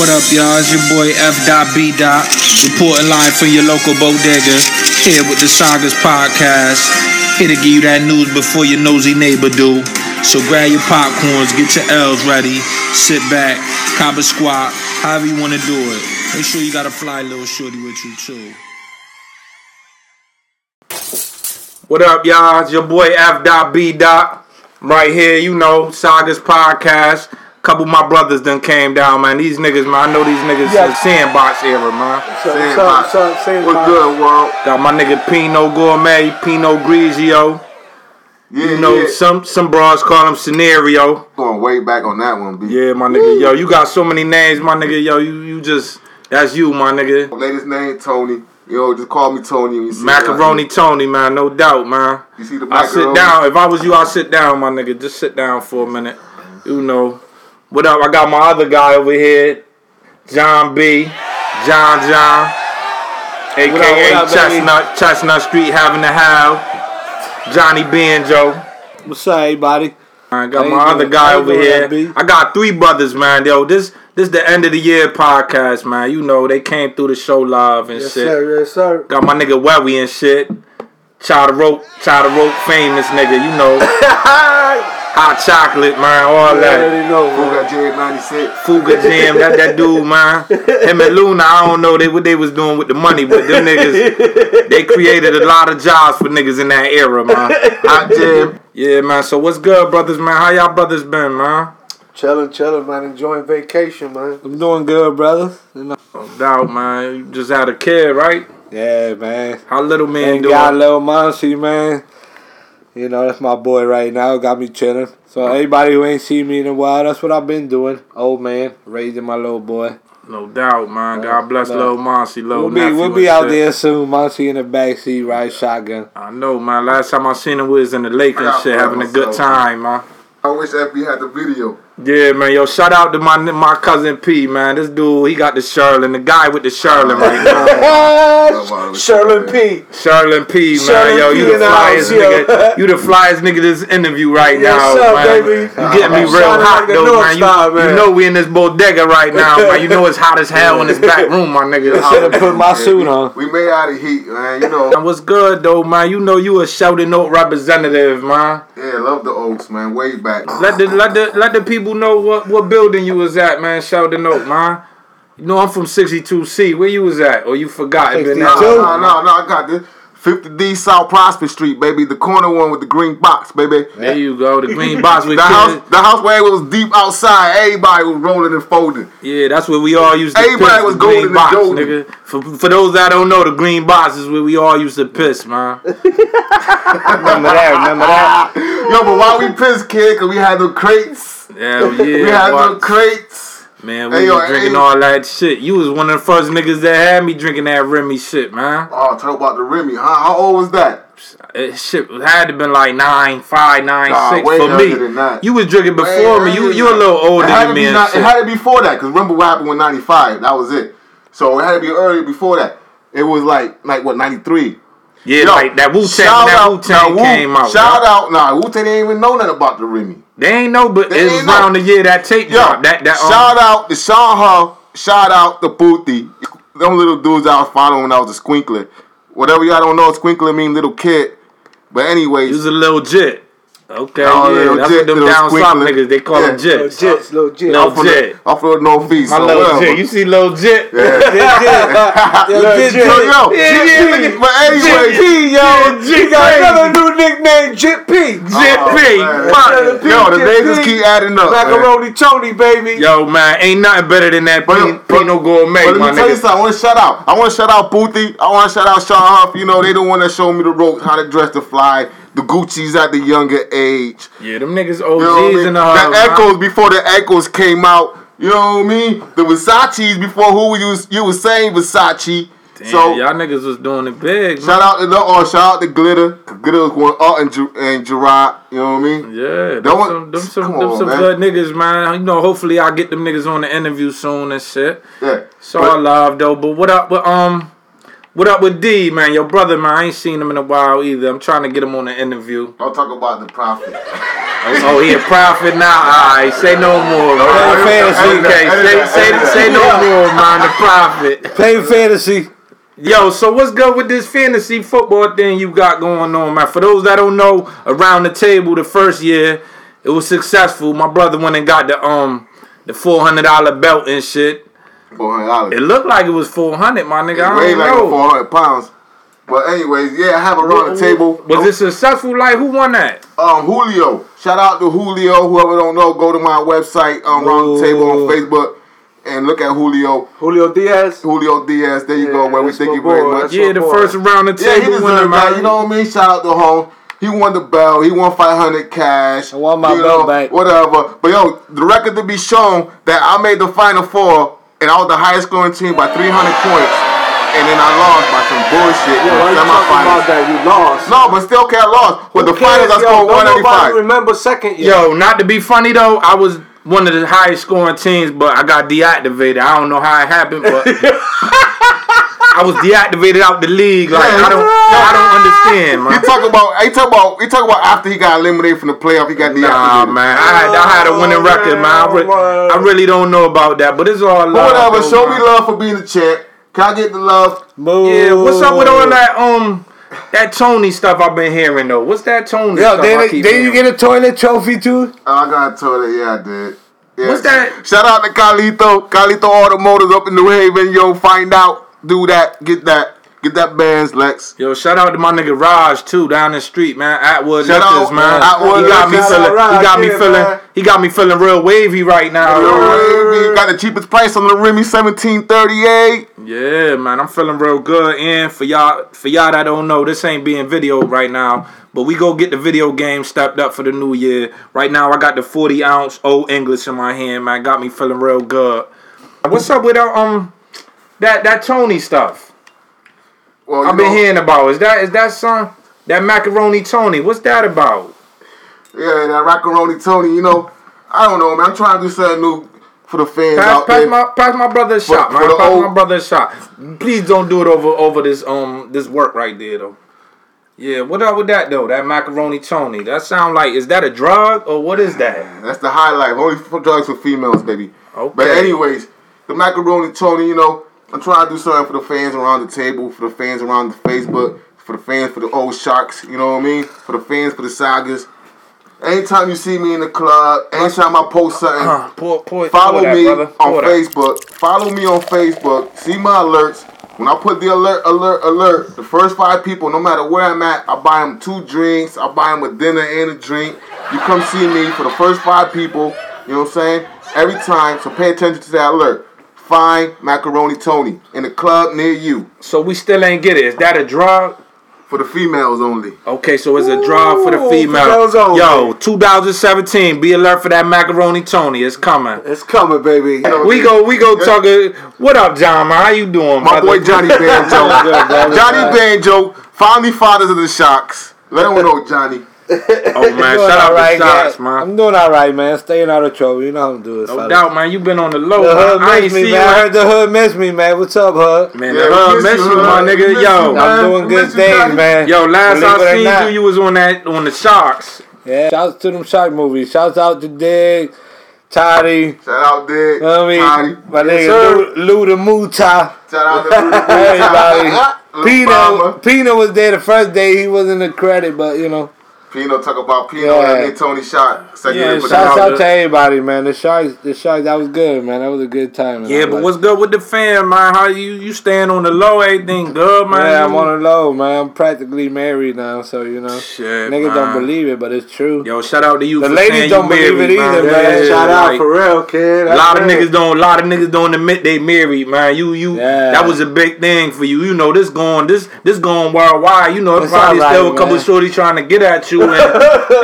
What up, y'all? It's your boy F. Dot B. Dot, reporting live from your local bodega. Here with the Sagas podcast. Here to give you that news before your nosy neighbor do. So grab your popcorns, get your L's ready, sit back, cop a squat, however you want to do it. Make sure you got a fly little shorty with you too. What up, y'all? It's your boy F. Dot B. Dot. I'm right here, you know, Sagas podcast. Couple of my brothers done came down, man. These niggas, man. I know these niggas Yeah. in sandbox era, man. So, Saying so, my- so, saying What's my- good, world? Got my nigga Pino Gourmet, Pino Grigio. Yeah, You know, yeah. some some bras call him Scenario. going way back on that one, B. Yeah, my nigga, yo, you got so many names, my nigga, yo, you you just that's you, my nigga. Latest name Tony. Yo, just call me Tony. When you see me out Macaroni here. Tony, man, no doubt, man. You see the I macaroni? sit down. If I was you, I'd sit down, my nigga. Just sit down for a minute. You know. What up? I got my other guy over here, John B. John John. AKA What up, what up, baby? Chestnut, Chestnut Street having to have. Johnny Banjo. What's up, everybody? I got How you my doing? other guy How you over doing, here. LB? I got three brothers, man. Yo, this this the end of the year podcast, man. You know they came through the show live and Yes, shit. sir. Yes, sir. Got my nigga Wewy and shit. Child of rope, child of rope, famous nigga. You know, hot chocolate, man. All I that. already know. Who man. got Jared 96? Fuga Jam, that that dude, man. Him and Luna, I don't know they what they was doing with the money, but them niggas, they created a lot of jobs for niggas in that era, man. Hot Jam, yeah, man. So what's good, brothers, man? How y'all brothers been, man? Chilling, chilling, man. Enjoying vacation, man. I'm doing good, brother. You know? Doubt, man. You just had a kid, right? Yeah, man. How little man And doing? got little Monty, man. You know, that's my boy right now. Got me chilling. So anybody who ain't seen me in a while, that's what I've been doing. Old man, raising my little boy. No doubt, man. God bless no. little Monty, Oh, little We'll be nephew we'll and be out shit. there soon. Monty in the backseat, right shotgun. I know, man. Last time I seen him was in the lake I and got shit, one having a good myself, time, man. I wish FB had the video. Yeah, man. Yo, shout out to my my cousin P, man. This dude, he got the Sherlin, the guy with the Sherlin right now. Oh, Sherlin P. Sherlin P, man. Sherlin yo, P you the in the house, flyest yo. nigga. You the flyest nigga this interview right Yes, now, sir, man. baby. You getting I'm me real shining hot like a though, North man. You, Star, man. you know we in this bodega right now, man. You know it's hot as hell in this back room, my nigga. Should have put my suit on. We made out of heat, man. You know, And What's good though, man? You know you a shouting Oak representative, man. yeah, love the Oaks, man. Way back. Let the let the let the people know what what building you was at, man. Shouting Oak, man. You know I'm from 62C. Where you was at? Or you forgot? It been out. No, no, no, no, I got this. 50D South Prospect Street, baby. The corner one with the green box, baby. There you go. The green box with The kids. house, the house where it was deep outside. Everybody was rolling and folding. Yeah, that's where we all used to Everybody piss. was the golden green and box, golden. nigga. For, for those that don't know, the green box is where we all used to piss, man. Remember that? Remember that? Yo, but why we pissed, kid? Cause we had the crates. Hell yeah. We had boy. the crates. Man, we Hey, yo, was drinking hey. all that shit. You was one of the first niggas that had me drinking that Remy shit, man. Oh, talk about the Remy, huh? How old was that? It Eh, shit had to been like nine, five, nine, Nah, six way for younger me. than that. You was drinking before me. You you a little older it had than to be me and not- shit. It had to be before that, because remember what happened with 95. That was it. So it had to be earlier before that. It was like, like what, 93? yeah, Yo, like that Wu Tang. shout That out- Wu Tang nah, Wu- came out. Shout yo. out, nah, Wu Tang didn't even know nothing about the Remy. They ain't know, but They it was ain't know. around the year that tape Yo, dropped. That that um, shout out to Sean Huff, shout out to Booty. Them little dudes I was following when I was a squinkler. Whatever y'all don't know, squinkler mean little kid. But anyways, He was a little jit. Okay, yeah, Oh, little that's jit, what them little down south squinkler. niggas they call Yeah. Oh, them Little jits. Jits, little Jits. Little from jit. the, off of the northeast. My so little whatever. jit. You see little jit? Yo, Jit, Yo, Jit. yo, Yeah, Jit, yeah. look at- But anyways, P, yo. Jit He got crazy. another new nickname, Jit P. Jit Oh, P. man. Fuck. Jit P, Yo, the Jit names just P. keep adding up. man. Macaroni Tony, baby. Yo, man, ain't nothing better than that But- Pin- but- Pinot Gourmet, But let my me tell nigga. you something. I want to shout out. I want to shout out Boothie. I want to shout out Sean Huff. You know, they the one that showed me the rope, how to dress the fly, the Gucci's at the younger age. Yeah, them niggas You know what I OGs mean? in the house. the man. Echoes before the Echoes came out. You know what I mean? The Versace's before who you was, you was saying Versace. Damn, so y'all niggas was doing it big. Man. shout out to the or shout out to Glitter. 'Cause Glitter was going out and, Ger- and Gerard. You know what I mean? Yeah, them That one- some, them some, come them on, some man. good niggas, man. You know, hopefully I get them niggas on the interview soon and shit. Yeah. So I love though. But what up with um, what up with D, man? Your brother, man. I ain't seen him in a while either. I'm trying to get him on the interview. Don't talk about the prophet. Oh, he a prophet now. All right, say no more. All Man. right, fantasy. Okay, say say say no more, man. The prophet. Play fantasy. Yo, so what's good with this fantasy football thing you got going on, man? For those that don't know, around the table the first year, it was successful. My brother went and got the um the four hundred dollar belt and shit. Four hundred dollars. It looked like it was four hundred, my nigga. I Weigh don't like know. four hundred pounds. But anyways, yeah, I have around the table. Was it successful? Like who won that? Um, Julio. Shout out to Julio. Whoever don't know, go to my website, um, Round the Table on Facebook, and look at Julio. Julio Diaz. Julio Diaz. There you Yeah, go. Where we that's thank my you very boy. much. That's Yeah, what the for. first round of Yeah, he table winner, deserved that. man. You know what I mean? Shout out to home. He won the bell. He won 500 cash. I want my you belt back. Whatever. But yo, the record to be shown that I made the final four and I was the highest scoring team by 300 points. And then I lost by some bullshit Yeah, in why you the talking about semifinals. that? You lost. No, but still can't lost. But the Who cares, finals, I yo? scored Don't nobody 195. remember second year. Yo, not to be funny though, I was one of the highest scoring teams, but I got deactivated. I don't know how it happened, but I was deactivated out the league. Like I don't, I don't understand, He man. talk about he talk about he talk about after he got eliminated from the playoff, he got the Nah, man. I had, I had a Oh, winning record, man. I, re- I really don't know about that, but it's all love. But whatever, though, show man. me love for being the champ. Can I get the love? Move. Yeah, what's up with all that um that Tony stuff I've been hearing though? What's that Tony Yo, stuff? I did, keep did you hearing? get a toilet trophy too? Oh, I got a toilet. Yeah, I did. Yeah. What's that? Shout out to Carlito. Carlito Automotive up in New Haven. Yo, find out. Do that. Get that. Get that bands, Lex. Yo, shout out to my nigga Raj too down the street, man. Atwood Shout Liquors, out, man. Atwood he got me Liquors. feeling. Shout He out got me Raj, yeah, feeling. man. He got me feeling real wavy right now. yo. Yo, we got the cheapest price on the Remy 1738. Yeah, man. I'm feeling real good. And for y'all, for y'all that don't know, this ain't being videoed right now. But we go get the video game stepped up for the new year. Right now, I got the 40 ounce old English in my hand, man. Got me feeling real good. What's up with uh, um that that Tony stuff? Well, you I've been know, hearing about. Is that is that son that macaroni Tony? What's that about? Yeah, that Rockaroni Tony. You know, I don't know, man. I'm trying to do something new for the fans Pass, out pass there. my pass my brother a shot, for man. the Pass my old- brother a shot. Please don't do it over over this um this work right there though. Yeah, what up with that though? That macaroni Tony. That sound like is that a drug or what is that? That's the high life. Only for drugs for females, baby. Okay. But anyways, the macaroni Tony, you know, I'm trying to do something for the fans around the table, for the fans around the Facebook, for the fans for the old sharks. You know what I mean? For the fans for the sagas. Anytime you see me in the club, anytime I post something, Uh, pour, pour, follow pour that, me brother. Pour on that. Facebook. Follow me on Facebook. See my alerts. When I put the alert, alert, alert, the first five people, no matter where I'm at, I buy them two drinks. I buy them a dinner and a drink. You come see me for the first five people. You know what I'm saying? Every time, so pay attention to that alert. Find Macaroni Tony in the club near you So we still ain't get it. Is that a drug? for the females only. Okay, so it's a drug for the Ooh, female. females only. Yo, 2017. Be alert for that macaroni Tony. It's coming. It's coming, baby. We go, we go talking. What up, John? Man? How you doing, My brother? boy Johnny Banjo. Johnny Banjo, finally fathers of the shocks. Let him know, Johnny. Oh man, shout out Alright, to Shots, yeah. man. I'm doing all right, man. Staying out of trouble. You know how I'm doing. No fella. doubt, man. You been on the low. The hood man. I ain't miss me, see man. you. I out- heard the hood miss me, man. What's up, hood? Man, Yeah, the we hood miss miss you, you, my huh? We nigga. miss you, Yo, man. I'm we doing good miss you, Johnny. things, man. yo. Last Believe it or I not. seen you, you was on that on the Sharks. Yeah, shouts to them shark movies. Shouts out to Dig, Toddy. You Shout out, Dick. know what I Toddy. mean? My sir. nigga Lou, Lou the Muta. Shout out to Bruno Boots. Everybody. Uh-huh. Lil Pino, Mama. Pino was there the first day. He wasn't in the credit, but you know. Pino talk about Pino Yeah. and then Tony shot. Second Yeah, yeah, shout Shouts out out to- to everybody, man. The Sharks, the Sharks, that was good, man. That was a good time. and Yeah, I but like- what's good with the fam, man? How you you staying on the low? Everything good, man? Yeah, I'm on a low, man. I'm practically married now, so you know. Shit, Niggas man. don't believe it, but it's true. Yo, shout out to you. The for ladies saying don't you married, believe it either, man. man. Yeah, shout out like, for real, kid. A lot of That's niggas it. don't. A lot of niggas don't admit they married, man. You, you. Yeah. That was a big thing for you. You know, this going, this, this going worldwide. You know, it's It's probably alright, still a couple man. shorty trying to get at you, and,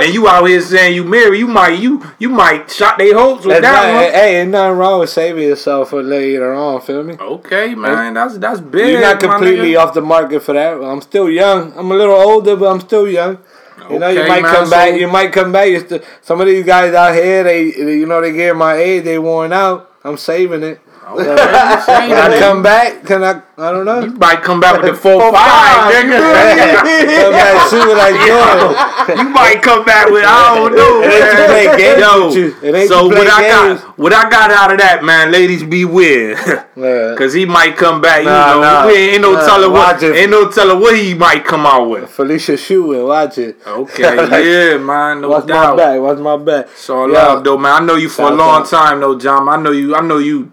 and you out here saying you married. You might, you, you might shot they hopes with That's that not, one. hey, ain't nothing wrong with saving yourself for later on, feel me? Okay, man, that's that's big. You're not my completely nigga. off the market for that. I'm still young. I'm a little older, but I'm still young. You know, you Okay, might man, come so- back. You might come back. You still, some of these guys out here, they, they- you know, they get my age, they worn out. I'm saving it. When I come back, can I? I don't know. You might come back with the four, Four, five, five, nigga. Come back, see what I doing. you might come back with I don't know. It ain't you play games Yo, with you. It ain't so you play what I games. got, what I got out of that, man, ladies, beware. Yeah. Cause he might come back, you Nah, know. nah. we ain't no Nah, telling what, watch it. ain't no telling what he might come out with. Felicia Shewin, watch it. Okay, Like, yeah, man, no Watch my doubt. back. Watch my back. It's all Yeah. love, though, man. I know you for a Shout long out. time, though, John. I know you. I know you.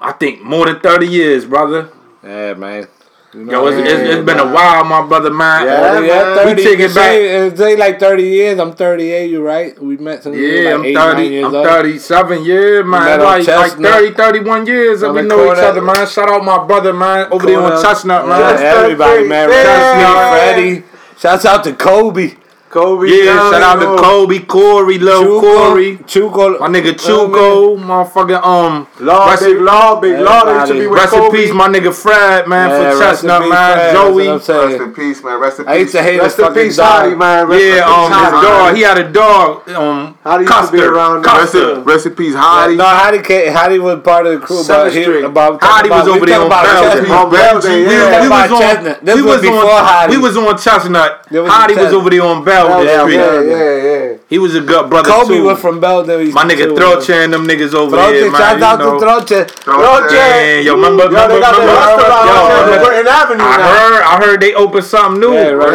I think more than thirty years, brother. Yeah, man. You know Yo, what it's, I mean? it's, it's been a while, my brother, man. Yeah, Yeah, yeah, man. 30, We take it you say- it take like 30 years. I'm 38, you right? We met since we were Yeah, like I'm eight, nine 30. years I'm old. 37 years, man. met on Like, like Chestnut. 30, 31 years that On we the know each corner. other, man. Shout out my brother, man, over there on Corner. Chestnut, Yeah, man. everybody, man. Yeah. Chestnut, Freddie. Shouts out to Kobe. Kobe. Yeah, Young, shout out to Lil- Kobe, Corey, Lil Corey. Chuko. My nigga Chuko, motherfucking um, Law, rest, big law, big law. They should Everybody. be with rest in Kobe. peace, my nigga Fred, man, Yeah, for rest in Chestnut, peace, man, Fred, that's what Joey. I'm saying. Rest in peace, man. Rest in peace. I used to hate his Rest in fucking peace, Hottie, dog. man. Rest in Yeah, um, peace, his Hottie. dog, he had a dog, um, Hottie used to be Custer, around there. Rest Custer. in, rest in peace, No, Hottie. Hottie, came, Hottie was part of the crew, but Seventh he Street. about Hottie was over there on Belgium. On Belgium, We, yeah. we By was on, Chestnut. This we was was before on, Hottie. we was on Chestnut. There was Hottie was Chestnut. over there on Belleville Yeah, Street. yeah, yeah, yeah. He was a good brother Kobe too. was from Belgium. My nigga Throche and them niggas over Throche, here, man. shout you out know. to Throche. Throw it there. Man, yo, remember, Yo, remember, they got remember- that restaurant yo, out there on remember- Britain Avenue I now. heard, I heard they opened something new. Yeah, right.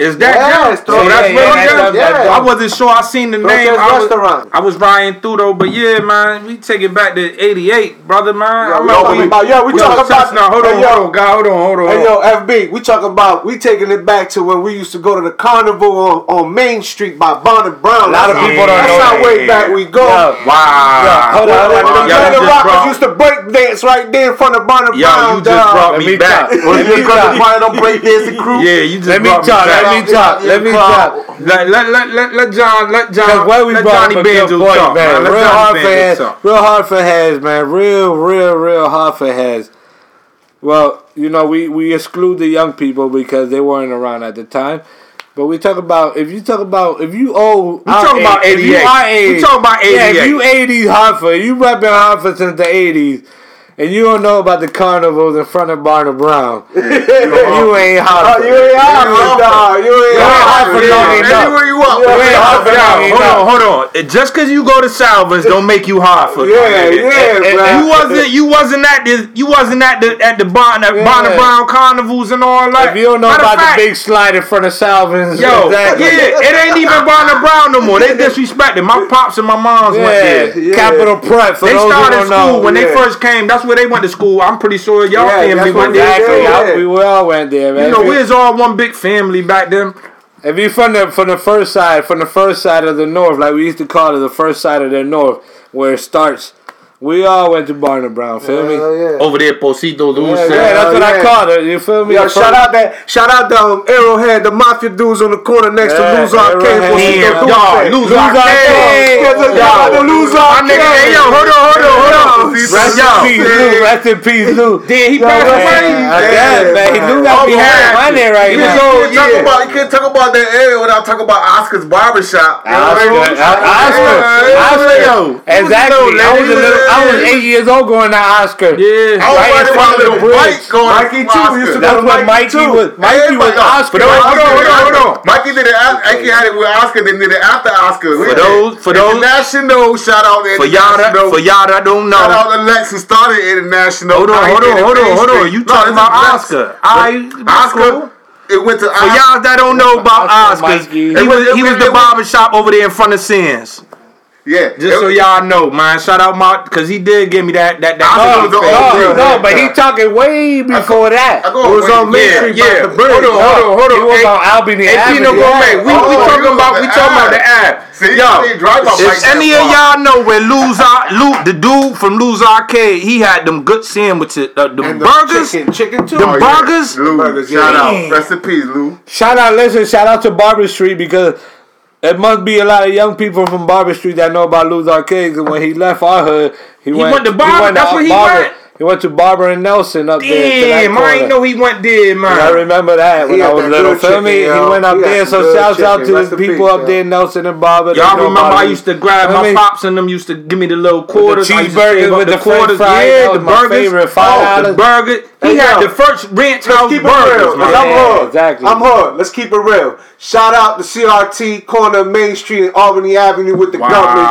Yeah. Is that Yes, Joe? So Throche, that's yeah, Roche's? that's- that's- I wasn't sure. I seen the Roche's name. I was, Restaurant. I was riding through though, but yeah, man, we take it back to '88, brother, man. I Yeah, we remember talking about- yeah, we was talking about- obsessed. Now, hold Hey, on, yo. hold on, God, hold on, hold on. Hey hold on. yo, FB, we talking about we taking it back to when we used to go to the carnival on, on Main Street by Bonnet Brown. A lot of people don't That's know how that. way back we go. Yo, Wow. Yo, hold on, hold When Wow. on. the Yo, you Planet just Rockers brought- used to break dance right there in front of Bonnet Yo, Brown. you just dog. brought Let me me back. talk. Was it Let me because talk. the Brian don't break dance the crew? Yeah, you just Let me brought me talk. back. Let me talk. Let me talk. Let let let let, let John let John That's why we let brought Johnny up a good Banjo point, talk, man. man. Let Real Johnny Hartford Banjo heads, talk. real Hartford heads, man. Real, real, real Hartford heads. Well, you know, we we exclude the young people because they weren't around at the time. But we talk about if you talk about if you old We talking about 88. We talking about Yeah, if 88. you eighties Hartford, you repping Hartford since the eighties, and you don't know about the carnivals in front of Barnum Brown. you ain't Oh, Hartford. you ain't Hartford. Hartford, dog. You ain't Yo, Hartford. Hartford don't Yeah, even know. Anywhere you want. Yeah, Wait, yeah, Hartford, Hartford hold don't on, hold on. It- Just cause you go to Salvins don't make you Hartford. my Yeah, nigga. yeah, Eh, eh, bruh. You wasn't you wasn't at the you wasn't at the at the Bon at Yeah. Bonner Brown carnivals and all that. If you don't know Matter of about fact, the big slide in front of Salvin's, Yo, exactly. yeah, it ain't even Bonner Brown no more. They disrespected. My pops and my moms went there. Yeah, Yeah. Capital Prep. For They those who started don't school know. when they yeah. first came. That's where they went to school. I'm pretty sure y'all Yeah, family that's went what they there. Exactly. did. y'all- Yeah. we we all went there, man. You know, If we was all one big family back then. If you from the from the first side, from the first side of the north, like we used to call it, the first side of the north, where it starts, we all went to Barnum Brown. Feel me? Hell yeah. Over there, Posito uh, Dulce. Yeah, yeah, that's what yeah. I called it. You feel me? Yo, The shout first- out that shout out the um, Arrowhead, the mafia dudes on the corner next Yeah, to Lose Arcade. Arrowhead. for Damn, Cito y'all, Dulce. Lose Lose Arcade. Kids are- Yo. y'all the Lose My Arcade. nigga, hey, yo, hold on, hold on, hold on. Rest in peace, man. Lou. Rest in peace, Lou. Then he Man, passed away. I guess, Yeah, man. man. He do got Oh, behind man. money right He was now. old. You can't, talk Yeah. about, you can't talk about that area without talking about Oscar's barbershop. You know what I mean? Oscar, Oscar, Yeah, Oscar. yeah. Exactly. I was, a little, I was Yeah. eight years old going to Oscar. Yeah. I was Right in riding front my of the little bridge. bike going to Mikey, too, Oscar. used to That's Little when Mikey Mikey too. was. Mikey was Everybody- Oscar. But Hold on, hold on, hold on. Mikey did it. af- Mikey had it with Oscar. Then did it after Oscar. For those- for those- international shout out to For y'all, that, international. for y'all that don't know. Shout out to Lex who started international. Hold on, Now he hold did on, it hold on, Main hold on. Street. You No, talking this is about Lex. Oscar. I, Oscar. It went to For Oscar. y'all that don't know about Oscar, Oscars, he Mikey. was, he was the barbershop over there in front of Sins. Yeah. Just so It- y'all know, man. Shout out my, cause he did give me that that I that. know the face. old- No, no, but he talking way before I that. go It was away. on Main Yeah. Street yeah. by the bridge. Hold on, hold on, hold on. He was Hey, on Albany Hey, Pino Avenue. Gomez, we, we Oh, talking you about we the talking about ad. the ad. See, Yo, they drive my bike if that any of far. y'all know where Lou's Ar- Lou, the dude from Lou's Arcade, he had them good sandwiches, uh, the And the burgers, chicken, chicken too. them Oh, yeah. burgers. Lou, Burgers, shout yeah. out. Rest in peace, Lou. Shout out, listen, shout out to Barber Street because it must be a lot of young people from Barber Street that know about Lou's Arcade. And when he left our hood, he, went to Barber, that's where he went. He went to Barber and Nelson up there. to Damn, that I ain't corner. know he went there, man. I remember that when He I had was that little. good Feel chicken, me? He yo. went up He had there, some so good shouts out chicken. to Rest the in people peace, up yo. there, Nelson and Barber. Y'all remember I used to grab I my mean- pops and them used to give me the little quarters. I used to cheeseburgers save up with the french quarters. fries, Yeah, that was the my burgers. favorite, oh, $5. the burger. Hey, He had yo, the first ranch house keep it burgers, real. man. Like, I'm Yeah, hard. exactly. I'm hard. Let's keep it real. Shout out to CRT corner of Main Street and Albany Avenue with the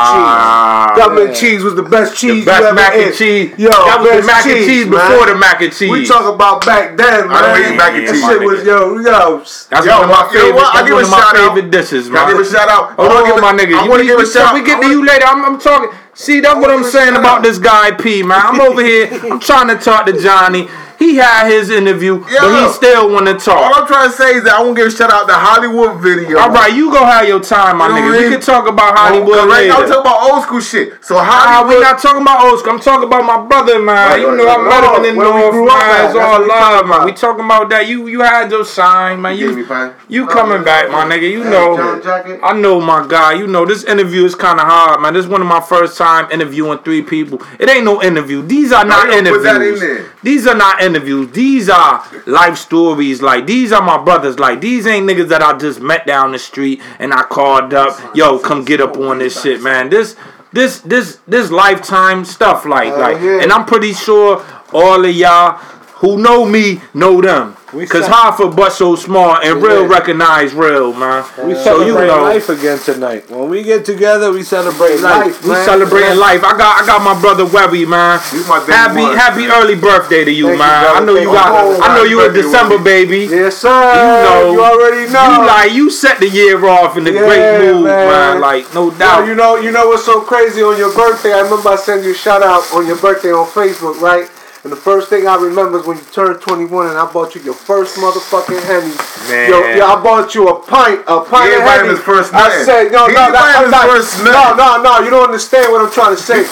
Wow. government cheese. Government Yeah. cheese was the best cheese. The best you ever mac and ate. cheese. Yo, That was the best mac and cheese man. before the mac and cheese. We talk about back then, man. I don't eat mac and That cheese, shit my was nigga. yo, yo. That's Yo, one of my- my you know favorite. what? I That's give one a of my shout out. favorite dishes, Can I man. give a shout out? Hold I on, wanna give my a- nigga. I You wanna we- give a we- shout- We I get to wanna- you later. I'm, I'm talking. See, that's what wanna I'm give a saying shout about out. this guy P, man. I'm over here. I'm trying to talk to Johnny. He had his interview, but Yo. he still want to All talk. I'm trying to say is that I want to give a shout out to Hollywood video. All right, you go have your time, my You know nigga. what I We mean? can talk about Hollywood right now, I'm later. talking about old school shit. So Ah, Hollywood, we not talking about old school. I'm talking about my brother, man. Right, You right, know, I right. met him in the Where we grew north, up man. at, It's that's all what we talking love, man. about. We talking about that. You you had your sign, man. You gave me You five. you coming back, my nigga. You John Jacket. know, I know my guy. You know, this interview is kind of hard, man. This is one of my first time interviewing three people. It ain't no interview. These are not you don't interviews. put that in there. These are not interviews. These are life stories. Like these are my brothers. Like these ain't niggas that I just met down the street and I called up. Yo, come get up on this shit, man. This this this this lifetime stuff. Like like, yeah. and I'm pretty sure all of y'all who know me know them. Cause suck. Hoffa but so small and real recognize real, man. We so celebrate you know. life again tonight. When we get together, we celebrate life. Life, We man. celebrating life. I got I got my brother Webby, man. He's my baby happy boy. happy early birthday to you, Thank you, man. brother. I know you Thank got you. I know you a Happy birthday, December baby. Yes, sir. You know, You already know. You like you set the year off in a Yeah, great mood, man. man. Like no Yo, doubt. you know, you know what's so crazy on your birthday? I remember I sent you a shout out on your birthday on Facebook, right? And the first thing I remember is when you turned 21 and I bought you your first motherfucking Henny. Man. Yo, yo, I bought you a pint, a pint He of ain't buying Henny. his first I nothing. said, no, He no, ain't no, buying I'm his not- first no, nothing. no, no, you don't understand what I'm trying to say.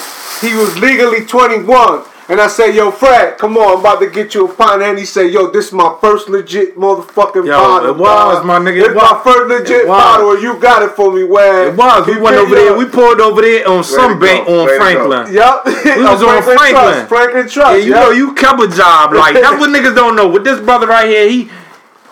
He was legally 21. And I said, yo, Fred, come on, I'm about to get you a pint. And he said, yo, this is my first legit motherfucking Yo, bottle. it was, dog. my nigga, it It's my was. first legit It was. bottle, and you got it for me, Wag. it was. We You went pick over it there. up. We pulled over there on Sunbank go, on way to go. Franklin. Yup. was on Franklin. Trust. Franklin Trust. Yeah, you yup. know, you kept a job. Like that's what niggas don't know. With this brother right here, he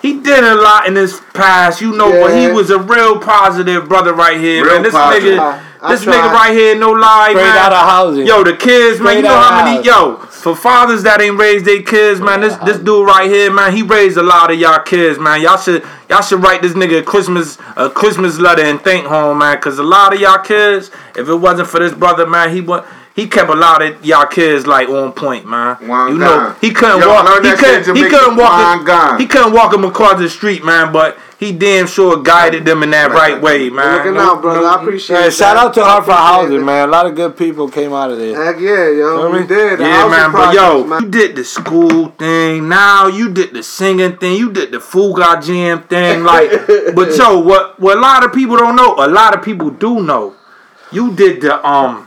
he did a lot in his past, you know, but he Yeah. was a real positive brother right here, Real man. This positive. nigga, I this tried. nigga right here, no lie, Straight man. outta housing. Yo, the kids, man. You Straight know outta how many? Yo, for fathers that ain't raised their kids, man. This this dude right here, man. He raised a lot of y'all kids, man. Y'all should y'all should write this nigga a Christmas a Christmas letter and thank home, man. Cause a lot of y'all kids, if it wasn't for this brother, man, he would. He kept a lot of y'all kids like on point, man. One you time. know he couldn't Yo, walk. learn He that shit in couldn't, he Jamaica. couldn't walk. One time. He couldn't walk him across the street, man. But he damn sure guided them in that right way, man. Looking No- out, brother. I appreciate Yeah, it. shout out to Hartford Housing, it. man. A lot of good people came out of there. Heck yeah, yo. We did. The Yeah, housing man, but yo, projects, man. you did the school thing. Now you did the singing thing. You did the Fuga Jam thing. Like, but yo, what what a lot of people don't know, a lot of people do know. You did the um,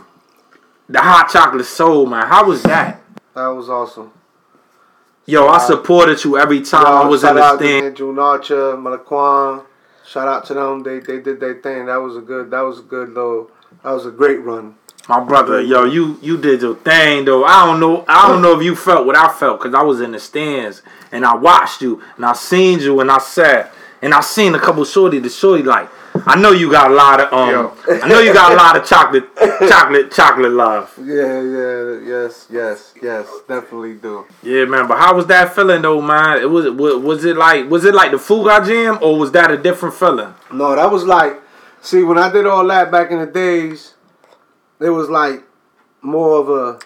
the hot chocolate soul, man. How was that? That was awesome. Yo, I supported you every time I was in shout the out stand. to June Archer, Malaquan. Shout out to them. They they did their thing. That was a good. That was a good little. That was a great run. My brother, yo, you you did your thing though. I don't know, I don't know if you felt what I felt because I was in the stands and I watched you and I seen you and I sat and I seen a couple shorty. The shorty like, I know you got a lot of um, I know you got a lot of chocolate, chocolate, chocolate love. Yeah, yeah, yes, yes, yes. Definitely do. Yeah, man. But how was that feeling though, man? It was was, was it like was it like the Fuga Jam or was that a different feeling? No, that was like, see, when I did all that back in the days, it was like more of a,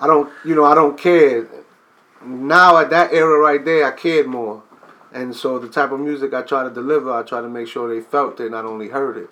I don't, you know, I don't care. Now at that era right there, I cared more, and so the type of music I try to deliver, I try to make sure they felt it, not only heard it.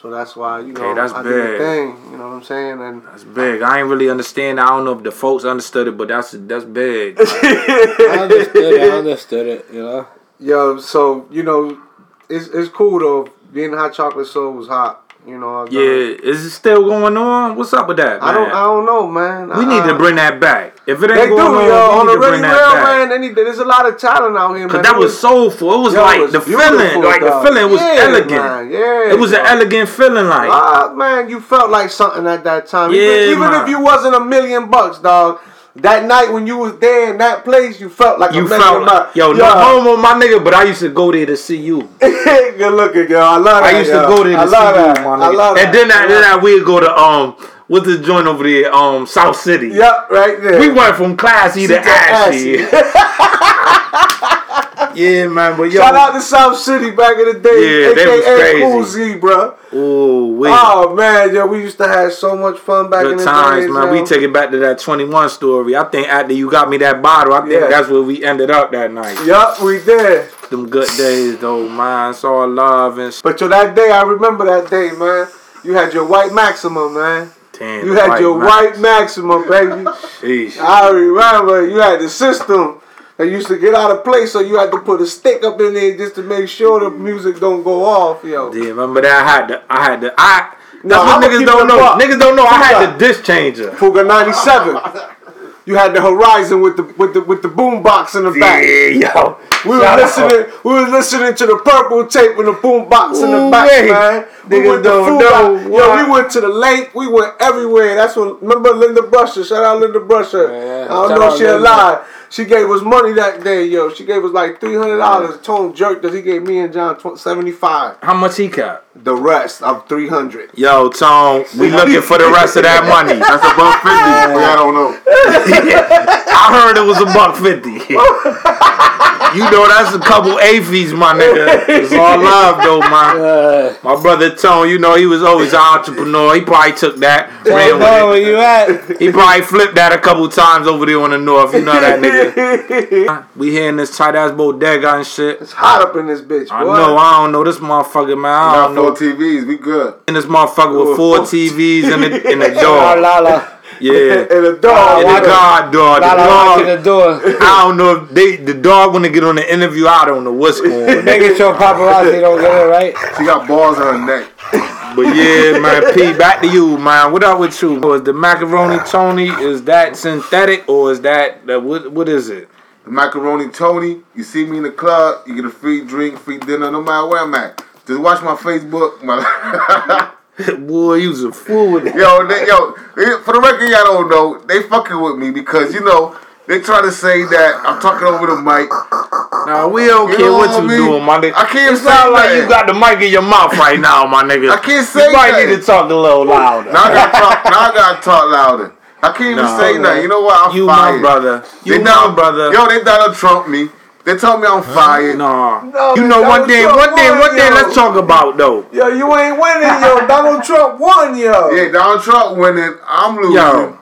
So that's why you know that's I did big. the thing. You know what I'm saying? And That's big. I ain't really understand. I don't know if the folks understood it, but that's that's big. I understood it. I understood it. You know. yo, so you know, it's it's cool though. Being hot chocolate soul was hot. You know. I was Yeah, gonna- is it still going on? What's up with that? I don't. man? I don't know, man. We need to I- bring that back. If it ain't Uh-uh. They do, going on, we yo. On need the to really bring real, that back. man. They need, there's a lot of talent out here, man. Cause that It was soulful. It was yo, it like was the beautiful, feeling, like the dog. feeling was Yeah, elegant. man. Yeah, it was an dog. elegant feeling, like Ah, man, you felt like something at that time. Yeah, even even man. if you wasn't a million bucks, dog. That night when you was there in that place, you felt like You a man felt in my- like, yo, no Yeah. homo, my nigga, but I used to go there to see you. Good looking, yo. I love that. I used to yo. go there to I see love that. you, my I nigga. love that. And then I, then I we'd go to um, what's the joint over there? Um, South City. Yep, right there. We went from classy to to ashy. yeah, man. But yo, Shout out to South City back in the day, Yeah, that was aka Cool crazy. Z, bro. oh wait, Oh man, yo, we used to have so much fun back in good the times, days, man. Yo. We take it back to that twenty one story. I think after you got me that bottle, I think Yeah. that's where we ended up that night. Yup, we did. Them good days, though, man. It's all love and But yo, that day, I remember that day, man. You had your white maximum, man. damn. You the had your man. white maximum, baby. Sheesh. I remember you had the system that used to get out of place, so you had to put a stick up in there just to make sure the music don't go off, yo. Yeah, remember that I had the I had the I. No, That's I'ma what niggas keep don't it a know. buck. Niggas don't know. I Keep it had up. the disc changer. Fuga '97. You had the Horizon with the with the with the boombox in the Yeah, back. yo. We were Shout out. listening. We were listening to the purple tape with the boombox in the back, Ooh-wee. man. We Niggas went to don't Fuga. know Yo, why. we went to the lake. We went everywhere. That's what. Remember Linda Brusher? Shout out Linda Brusher. Yeah, I don't shout know out if she Linda. alive. She gave us money that day, yo. She gave us like three hundred dollars. Tone jerk that he gave me and John tw- seventy five. How much he got? The rest of three hundred. Yo, Tone, we looking for the rest of that money. That's above 50. so I don't know. I heard it was a buck fifty. you know that's a couple aphies, my nigga. It's all love though, man. Uh, My brother Tone, you know he was always an entrepreneur. He probably took that, ran well, with no, where you at? it. He probably flipped that a couple times over there on the north. You know that nigga. we here in this tight ass bodega and shit. It's hot up in this bitch. I boy. know, I don't know this motherfucker, man. I Got don't know four TVs. We good. And this motherfucker with four TVs and a and a La dog. la la. Yeah. And a dog. And the what a- God dog. La la la. to The the dog. door. I don't know if they the dog wanna get on the interview, I don't know what's going on. Making sure paparazzi don't get it right. She got balls on her neck. But yeah, man, P, back to you, man. What up with you? Is the macaroni Tony, is that synthetic or is that that what what is it? Macaroni Tony. You see me in the club, you get a free drink, free dinner, no matter where I'm at. Just watch my Facebook. My Boy, you's a fool with that. yo, they, yo. eh, For the record, y'all don't know they fucking with me because you know they try to say that I'm talking over the mic. Nah, we don't You care know what what I you mean? doing, my nigga. I can't It say sound like nothing. you got the mic in your mouth right now, my nigga. I can't say You might nothing. need to talk a little louder. Now I gotta talk. Now I gotta talk louder. I can't even Nah, say nothing. You know what? I'm you fired. my brother. You my Donald- brother. Yo, they Donald Trump me. They tell me I'm fired. Nah. No, you man, know that one was thing, your one thing, boy, one thing. yo. Let's talk about though. Yo, you ain't winning, yo. Donald Trump won, yo. Yeah, Donald Trump winning. I'm losing. Yo,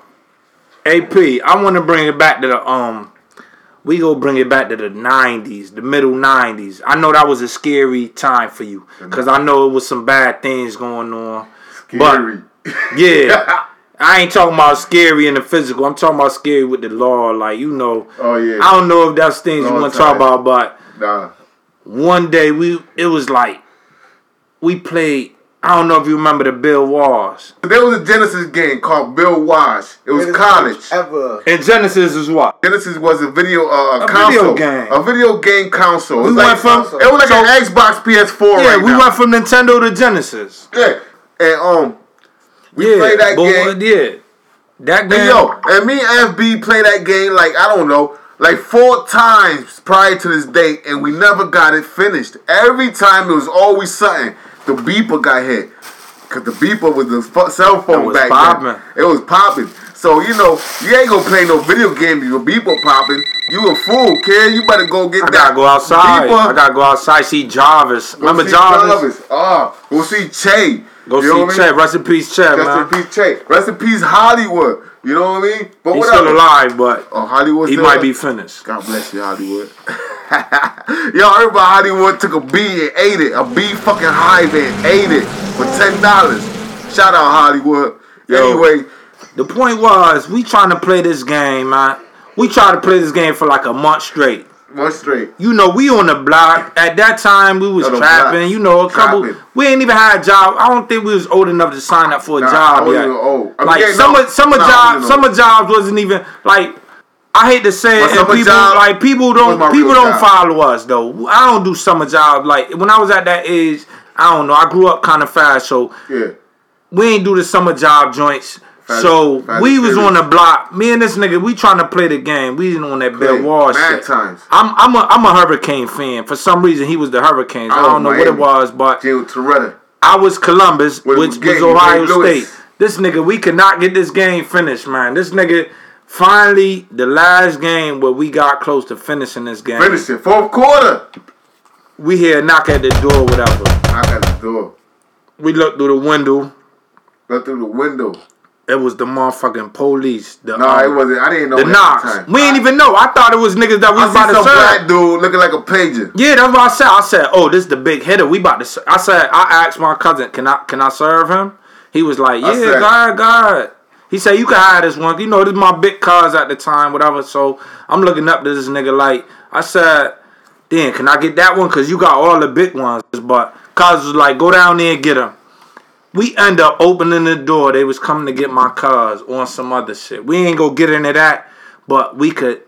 AP, I want to bring it back to the um. We go bring it back to the '90s, the middle '90s. I know that was a scary time for you, cause I know it was some bad things going on. Gary. But yeah, I ain't talking about scary in the physical. I'm talking about scary with the law, like you know. Oh, yeah. I don't know if that's things you Law want to talk time. about, but nah. one day we it was like we played. I don't know if you remember the Bill Walls. There was a Genesis game called Bill Wash. It was college. Uh, Ever. And Genesis is what? Genesis was a video uh, a, A video console, game. a video game console. It was We like, went from- it was like an Xbox PS4. Yeah, right we now. went from Nintendo to Genesis. Yeah, and um, we yeah, played that but game. what- Yeah, that game. And yo, and me and FB play that game like I don't know, like four times prior to this date, and we never got it finished. Every time it was always something. The beeper got hit because the beeper was the fu- cell phone was back popping. then. It was popping. So you know, you ain't gonna play no video game. if Your beeper popping. You a fool, kid. You better go get I that. gotta go outside. Beeper. I gotta go outside. See Jarvis. Go Remember see Jarvis? Ah, go see Che. Go You know see what I mean? Chet. Rest in peace, Chet, man. Rest in peace, Che. Rest in peace, Hollywood. You know what I mean? But He's whatever. still alive, but Oh, Hollywood. he still might up? be finished. God bless you, Hollywood. Yo, everybody Hollywood took a B and ate it. A B fucking hive and ate it for ten dollars. Shout out Hollywood. Yo. Anyway, The point was, we trying to play this game, man. We tried to play this game for like a month straight. one straight. you know, we on the block. At that time, we was On the trapping. block. You know, a couple. Trapping. We ain't even had a job. I don't think we was old enough to sign up for a Nah, I job wasn't yet. even old. I mean, like yeah, some no. of some of Nah, I jobs, wasn't some old. of jobs wasn't even like. I hate to say it, But and summer people job like people was don't my people real don't job. follow us though. I don't do summer jobs. Like when I was at that age, I don't know. I grew up kind of fast, so Yeah. we ain't do the summer job joints. Fast- so Fast we and was Furious. on the block. Me and this nigga, we trying to play the game. We didn't on that Play Bill Wall mad shit. times. I'm I'm a I'm a Hurricane fan. For some reason, he was the Hurricanes. I Oh, don't know what it Miami. was, but Gio Toretta. I was Columbus, When it which was was, game, Ohio St. Louis. State. This nigga, we could not get this game finished, man. This nigga, finally, the last game where we got close to finishing this game, Finish it. Fourth quarter. we hear a knock at the door, whatever. Knock at the door. We look through the window. Look through the window. It was the motherfucking police. The, No, um, it wasn't. I didn't know The that Knox. at the time. We didn't even know. I thought it was niggas that we I was about see to some serve. black dude looking like a pager. Yeah, that's what I said. I said, "Oh, this is the big hitter. We about to." Ser-. I said, "I asked my cousin, can I can I serve him?" He was like, "Yeah, said- God, God." He said, "You can hire this one. You know, this is my big cause at the time, whatever." So I'm looking up to this nigga. Like I said, "Then can I get that one? Cause you got all the big ones." But cause was like, "Go down there and get him." We end up opening the door. They was coming to get my cars on some other shit. We ain't gonna get into that, but we could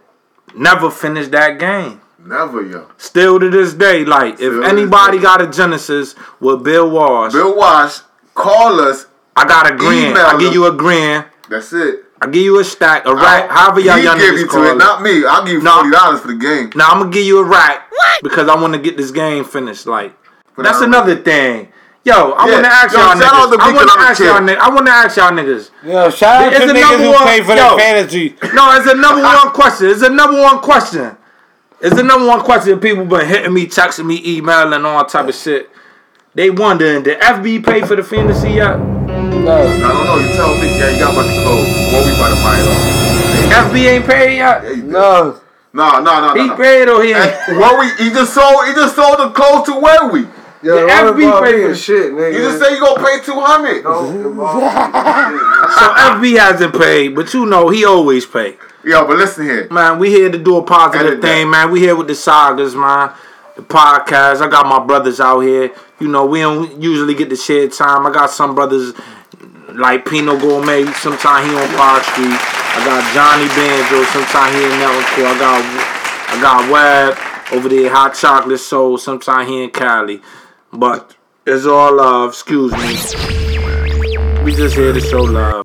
never finish that game. Never, yo. Still to this day, like Still to if this anybody day. got a Genesis with Bill Walsh, Bill Wash, call us. I got a grand. Email I give them. you a grand. That's it. I give you a stack, a rack, however y'all He young gave niggas you to it, call it. not me. I'll give you No. forty dollars for the game. Now I'm gonna give you a rack because I want to get this game finished. Like For that's that- another thing. Yo, I Yeah. want to ask Yo, y'all shout out to niggas. I Big want to Another ask y'all Kid. niggas. I want to ask y'all niggas. Yo, shout out It's to the niggas number who one- pay for yo. their fantasy. No, it's a number one question. It's a number one question. It's the number one question. People been hitting me, texting me, emailing, all type of shit. They wondering, did FB pay for the fantasy yet? No, I don't know. You tell me. Yeah, you got about to close. What we about to buy it off? FB ain't paid yet. Yeah, you did. no. No, no, no, He no. no. paid or he ain't. Hey, Where we? He just sold. He just sold the clothes to where we. Yo, The don't FB involve me paper. in shit, nigga. You just say you gonna pay two hundred. Don't involve me in shit. So FB hasn't paid, but you know he always paid. Yo, but listen here. Man, we here to do a Edit positive that. thing, man. We here with the sagas, man. The podcast. I got my brothers out here. You know, we don't usually get to share time. I got some brothers like Pino Gourmet. Sometimes he on Pod Street. I got Johnny Banjo. Sometimes he in Network Cool. I got I got Webb over there, Hot Chocolate Soul. Sometimes he in Cali. But it's all love. Excuse me. We just here to show love.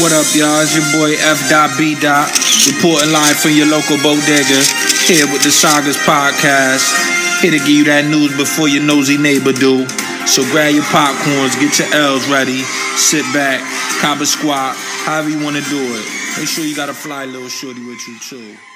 What up, y'all? It's your boy F. Dot B. Dot reporting live from your local bodega. Here with the Sagas podcast. It'll give you that news before your nosy neighbor do. So grab your popcorns, get your L's ready, sit back, cop a squat, however you want to do it. Make sure you got a fly little shorty with you too.